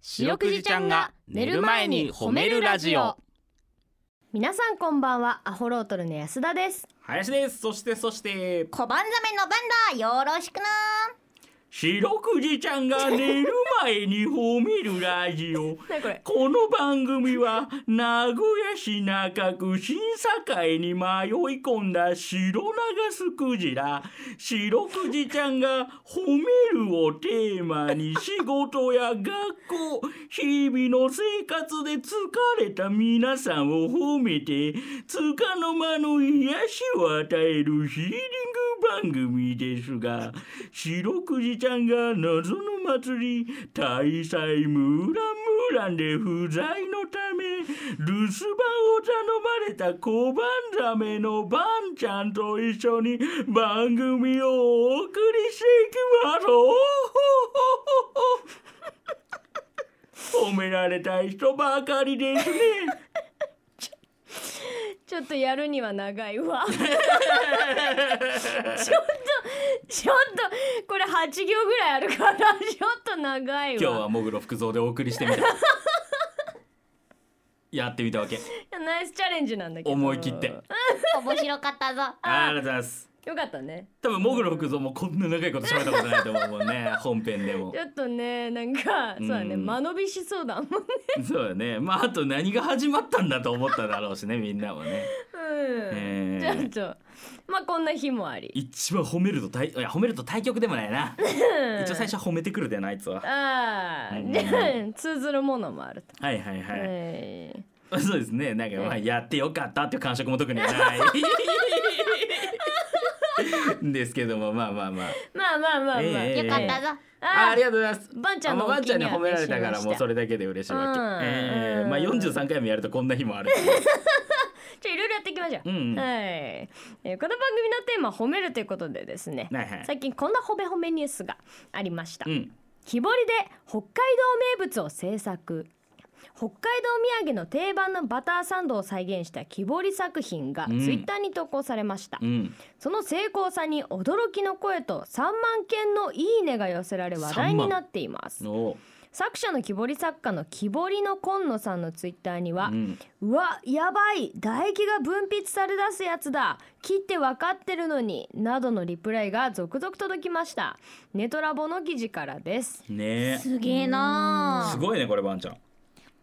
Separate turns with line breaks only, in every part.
白くじちゃんが寝る前に褒めるラジオ
皆さんこんばんはアホロートルの安田です
林ですそしてそして
小判ザメの番だよろしくな
白くじちゃんが寝る前に褒めるラジオ
何これ
この番組は名古屋市中区審査会に迷い込んだ白長スクジラ白クジちゃんが「褒める」をテーマに仕事や学校日々の生活で疲れた皆さんを褒めてつかの間の癒しを与えるヒーリング番組ですが白クジちゃんが謎の祭り大祭ムーランムーランで不在のため留守番を頼まれた小判ザメのバンちゃんと一緒に番組をお送りしていきましょう褒められたい人ばかりですね
ちょっとやるには長い わ ちょっとちょっとこれ八行ぐらいあるからちょっと長い わ
今日はもぐろ福蔵でお送り してみたやってみたわけ
いやナイスチャレンジなんだけど
思い切って
面白かったぞ
ありがとうございます
よかったね
多分もぐろ福蔵もこんな長いこと喋ったことないと思うもんね本編でも
ちょっとねなんかそうだね
うん
間延びしそうだもんね
そうだねまああと何が始まったんだと思っただろうしねみんなもね
うん、
え
ちょ
ー
っとまあこんな日もあり
一番褒めると対いや褒めると対局でもないな
うん
一応最初は褒めてくるでなあいつは
ああ、じゃあ 通ずるものもあると。
はいはいはい、
えー
そうですねなんかまあ
え
やってよかったっていう感触も特にないですけどもまあまあまあ
まあまあまあまあ。
ええ
よかったぞ
あ
あ
ありがとうございます。
バンちゃんの
あバンちゃんに
お気に
褒
入
め
り
られたから
しました
もうそれだけで嬉しいわけ。
うん
ええ
うん
まあ43回もやるとこんな日もある。
じゃあいろいろやっていきましょう。
うんうん
はい、えーこの番組のテーマ褒めるということでですね。
はいはい
最近こんな褒め褒めニュースがありました。
うん。
木彫りで北海道名物を制作。北海道土産の定番のバターサンドを再現した木彫り作品がツ
う
イ
ん
ッターに投稿されました、
うん。
その成功さに驚きの声と3万件のいいねが寄せられ話題になっています
おう。
作者の木彫り作家の木彫りの今野さんのツイッターには
う、ん。
うわやばい唾液が分泌され出すやつだ切って分かってるのになどのリプライが続々届きましたネトラボの記事からです
ねえ。
すげえな
すごいねこれバンちゃん。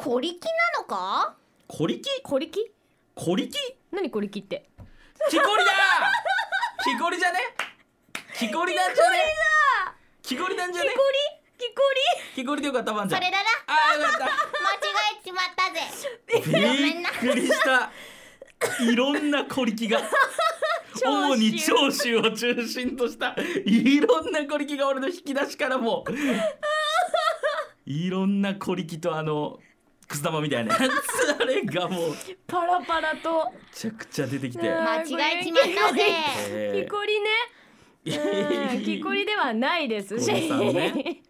小力なのか
小力
コリキ
小力
何コリキって
木こりだ 木こりじゃね木こりなんじゃね木こりなんじゃね
キコ
木こりでよかったバンち
そ
ゃん。
れだな
ああよかっ
間違えちまっ たぜ
た。びっくりした。いろんな小力 が。主に長州を中心としたいろんな小力が俺の引き出しから もいろんな小力とあのくす玉みたいなやつあれがもうめ
リパラパラと
ちゃくちゃ出てきて、
うん
間違えちまったぜ
キ
え
コリねうんキコリではな いですし
コリさん ね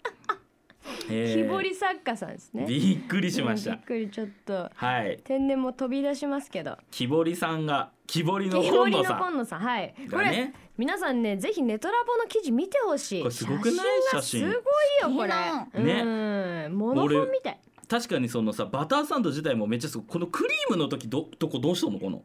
え
木彫り作家さんですね
びっくりしまし
うん
た
びっくりちょっと
はい
天然も飛び出しますけど
木彫りさんが木彫りの
木彫
本
り
野
の
さん
今野さんはいこ
だ
れ、
ね
皆さんねぜひネトラボの記事見てほしい
これすごくない
が
写真
すごいよこれ
ね
うんモノ本みたい
確かにそのさバターサンド自体もめっちゃすごいこのクリームの時どどこどうしたのこの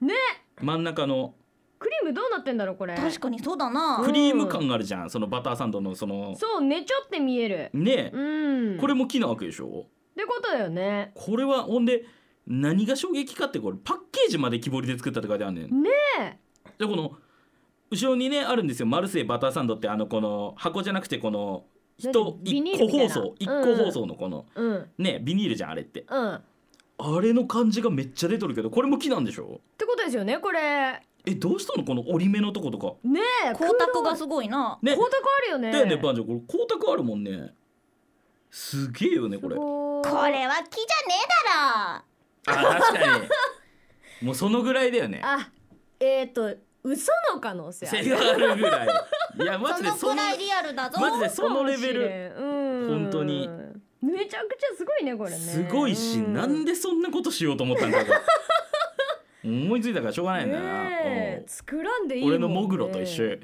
ね
真ん中の
クリームどうなってんだろうこれ
確かにそうだな
クリーム感があるじゃん、そのバターサンドのその
そうねちょって見える
ね、
うん
これ
っ
も木なわけでしょ
てことだよね
これはほんで何が衝撃かってこれパッケージまで木彫りで作ったって書いてあるねん
ね
でこの後ろにねあるんですよマルセイバターサンドってあのこの箱じゃなくてこの人
何ビニ
一
ール
個
みた
包
いな
装一
うんう
個
ん
包装のこの
うん
ねビニールじゃんあれって
うんっ
あれの感じがめっちゃ出とるけどこれも木なんでしょ
てことですよねこれね
えどうしたのこの折り目のとことか
え
光沢がすごいな
ね
光沢あるよね
だよねバンジョこれ光沢あるもんねすげえよねこれ
こ
これは木じゃねえだろ
あ確かに もうそのぐらいだよね
あえっ、ー、と嘘の可能性あ
せが
る
あるぐらいいやマジで
その
そ
く
の
らいリアルだぞ
マジでそのレベル
ルうん
本当に
めちゃくちゃすごいねこれね
すごいし
う
なんでそんなことしようと思ったんだろ う思いついたからしょうがないんだよな
ねえ作らんでいいもん、ね、
俺のモグロと一緒
いや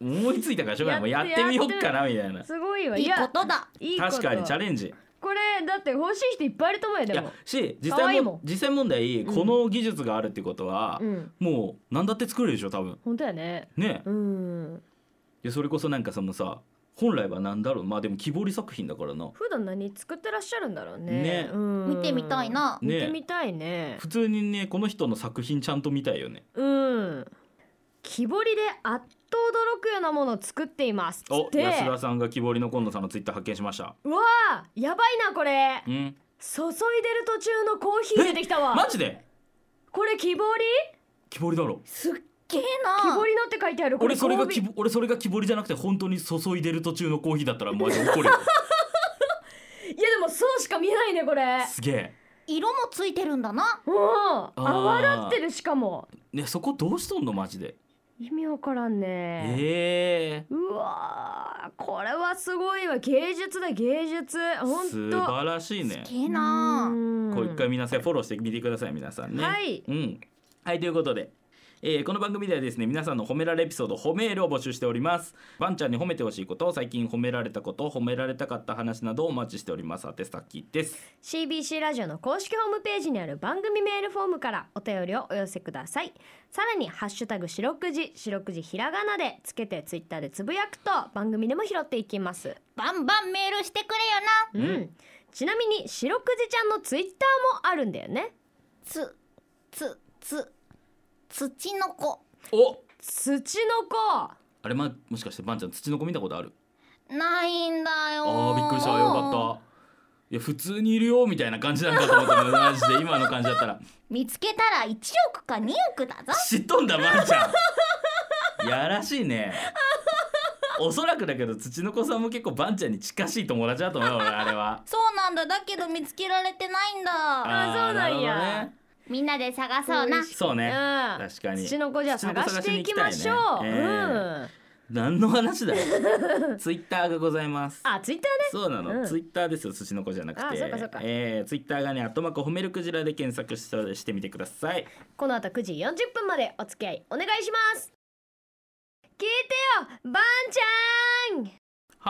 うん思いついたからしょうがないもうや
や
っ
って
てみよっかなみたいな
すごいいわ
いい
や
ことだ
いいこと
確かにチャレンジ
これだって欲しい人いっぱいいると思うよ
い
でも
やし実
可愛い
際
もん
も実際問題この技術があるってことは、
うん
もう何だって作れるでしょ多分
本当やね
ね
うん
いやそれこそなんかそのさ本来は何だろうまあでも木彫り作品だからな
普段何作ってらっしゃるんだろうね
ね
うん
見てみたいな
見て
ね
みたいね
普通にねこの人の作品ちゃんと見たいよね
うん木彫りであっと驚くようなものを作っていますつ
お
って
安田さんが木彫りの今野さんのツイッター発見しました
うわあやばいなこれ
うん
注いでる途中のコーヒー出てきたわ
マジで
これ木彫り
木彫りだろ
すっげえ
木彫
な
りのって書いてあるこれ
俺それが
コー
木
ヒー
彫俺それが木彫りじゃなくて本当に注いでる途中のコーヒーだったらマジ怒 るよ
いやでもそうしか見えないねこれ
すげえ
色もついてるんだな
うん泡
ー
立ってるしかも
ねそこどうしとんのマジで
意味わからんね、
ええ
うわーこれはすごいわ芸術だ芸術ほん
素
と
晴らしいね
すげえな
うん
こう一回皆さんフォローしてみてください皆さんね。
はい
うん、はいということで。えーこの番組ではですね皆さんの褒められエピソード褒めールを募集しておりますワンちゃんに褒めてほしいこと最近褒められたこと褒められたかった話などをお待ちしております宛先です
CBC ラジオの公式ホームページにある番組メールフォームからお便りをお寄せくださいさらに「ハッシュタグ白くじ」白くじひらがなでつけてツイッターでつぶやくと番組でも拾っていきます
バンバンメールしてくれよな
うん、ちなみに白くじちゃんのツイッターもあるんだよね
つつつ土の子
お
土の子
あれ、ま、もしかしてワンちゃん土の子見たことある
ないんだよ
あーびっくりしたよかったいや普通にいるよみたいな感じなんかと思ったのマジで今の感じだったら
見つけたら1億か2億だぞ
知っとんだまんちゃんやらしいねおそらくだけど土の子さんも結構ばんちゃんに近しい友達だと思うよ俺あれは
そうなんだだけど見つけられてないんだ
ー
そうなんや
るほどね
みんなで探そうな
そうね
うん
確かに
土の子じゃあ
土の子
探していきましょう、
探しに行きたいね何の話だ よツイッターがございます
うんあツイッターね
そうなの、
うん
ツイッターですよ寿司の子じゃなく
あ
て
そうかそうか
えーツイッターがね「あとまこ褒めるクジラ」で検索してしてみてください
この後9時40分までお付き合いお願いします聞いてよばんちゃ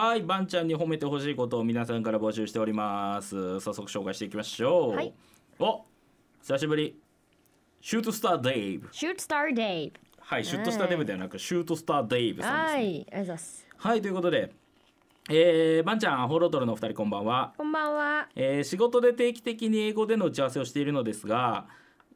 ん
はい、ばんちゃんに褒めてほしいことを皆さんから募集しております。早速紹介していきましょう。
はい
お、久しぶり。シュートスターデイブ。
シュートスターデイ
はい、シュートスターデイブではなく、シュートスターデイブ
ブ
さんです、
は
ね。はい、
いありがとうございます
ということで、えー、ばんちゃん、ホロトルのお二人、こんばんは。
こんばんは
えー、仕事で定期的に英語での打ち合わせをしているのですが、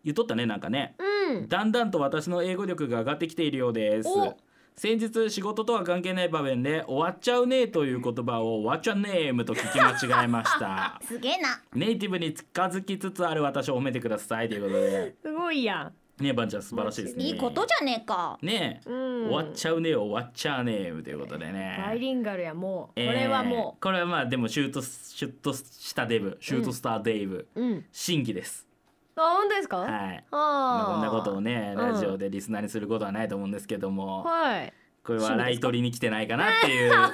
言っとったね、なんかね。
うん
だんだんと私の英語力が上がってきているようです
お
先日仕事とは関係ない場面で「終わっちゃうね」という言葉を「終わっちゃうねーむ」と聞き間違えました
すげえな
ネイティブに近づきつつある私を褒めてくださいということです
ごいや
ねえばんちゃん素晴らしいですね
いいことじゃねえか
ねえ、
うん
終わっちゃうねー終わっちゃうねーむということで
んバイ
ね
リンガルやもう、これはも
えーこれはまあでもシュートシュッとしたデブシュートスターデイブ、
ううん
新規です
あ本当ですか、い、
はい
あー
こんなことをね
う
ラ
ん
ジオでリスナーにすることはないと思うんですけども、
はい
これは笑い取りに来てないかなって いう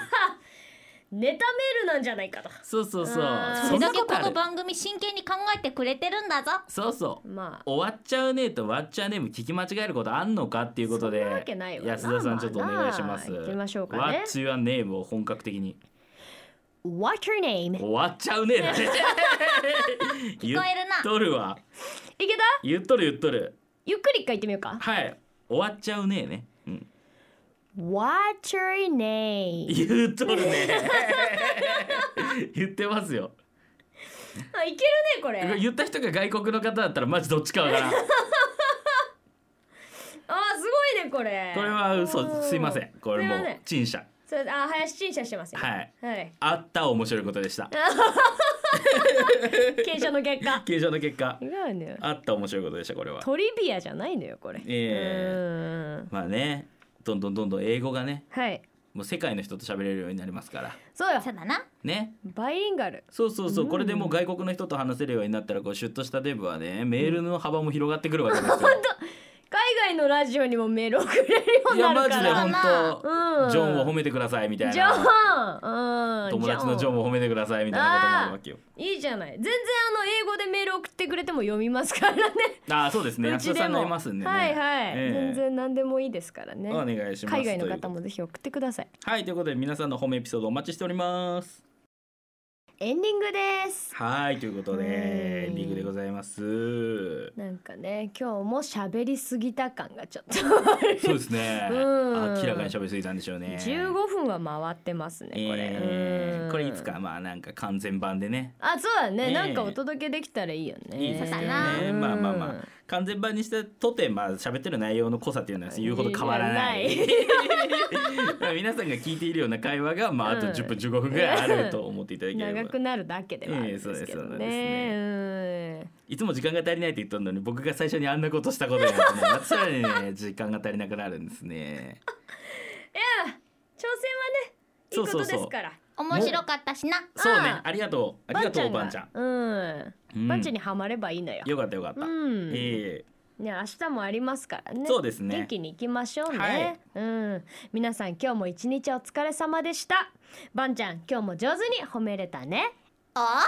ネタメールなんじゃないかと
そうそうそう
あー
それ
ん
だ
な
け
と
こ
あ
の
る
番組真剣に考えてくれてるんだぞ
そうそう
まあ
終わっちゃうねーと終わっちゃうねーも聞き間違えることあんのかっていうことで
そんなわけないわな
安田さんちょっとお願いします
まあな行ってみましょうかね
終わっちゃうねーを本格的に
What's your name?
終わっちゃうねーだね 聞
こえるな
言っとるわ
いけた
言っとる言っとる
ゆっくり一回言ってみようか
はい終わっちゃうねーね、うん、
What's your name?
言っとるね 言ってますよ
あいけるねこれ
言った人が外国の方だったらマジどっちかわからん
あーすごいねこれ
これは嘘すいませんこれも
すいませ
うん陳謝
それあ林陳謝してますよ
はい
はい
あった面白いことでした
検証の結果
検証の結果
違うのよ
あった面白いことでしたこれは
トリビアじゃないのよこれ
ええ
うん
まあねどんどんどんどん英語がね
はい
もう世界の人と喋れるようになりますから
そうよ
そうだな
ね
バイリンガル
そうそうそうこれでもう外国の 人と話せるようになったらこうシュッとしたデブはねメールの幅も広がってくるわけですよ
海外のラジオにもメール送れるよう
い
に
や
なるか
マジ
ら
で本当、
うん
ジョンを褒めてくださいみたい
ジョ
な
ン、うん、
友達のジョンを褒めてくださいみたいなこともあるわけよ
いいじゃない全然あの英語でメール送ってくれても読みますからね
ああそうですね
う
役
ち
者
で
さん
も
がいますんでね
はいはい、
ええ
全然何でもいいですからね
お願いします
海外の方
も
もぜひ送ってください
はいということで皆さんの褒めエピソードお待ちしております
エンディングです
はいということで
うん
エンディングでございます
なんかね今日も喋りすぎた感がちょっと
そうですね
うん
明らかに喋りすぎたんでしょうね
15分は回ってますねこれ、
え
う
ー
ん
これいつかまあなんか完全版でね
あそうだね、
ええ
なんかお届けできたらいいよね
いいですよ
う
ね
ん
まあまあまあ完全版にしてとてまあ喋ってる内容の濃さっていうのは言うほど変わらない
いや
まあ皆さんが聞いているような会話がまああと
うん
10分15分ぐらいあると思っていただけれ
長
ば
くなるだけではあるんですけどね,、
え
うん
いつも時間が足りないって言っとるのに僕が最初にあんなことしたことになってね またさらにね時間が足りなくなるんですね
挑戦はねいい
そう
こ
そう
と
そう
ですから
面白かったしな
そうね
あ
ありがとうありがとうばんちゃん
うん、
うん
バンちゃんにはまればいいのよ、
よかったよかった
うん
ええ
ね明日もありますからね
そうですね
元気に行きましょうね、
はい
うん皆さん今日も一日お疲れ様でしたバンちゃん今日も上手に褒めれたね
おあ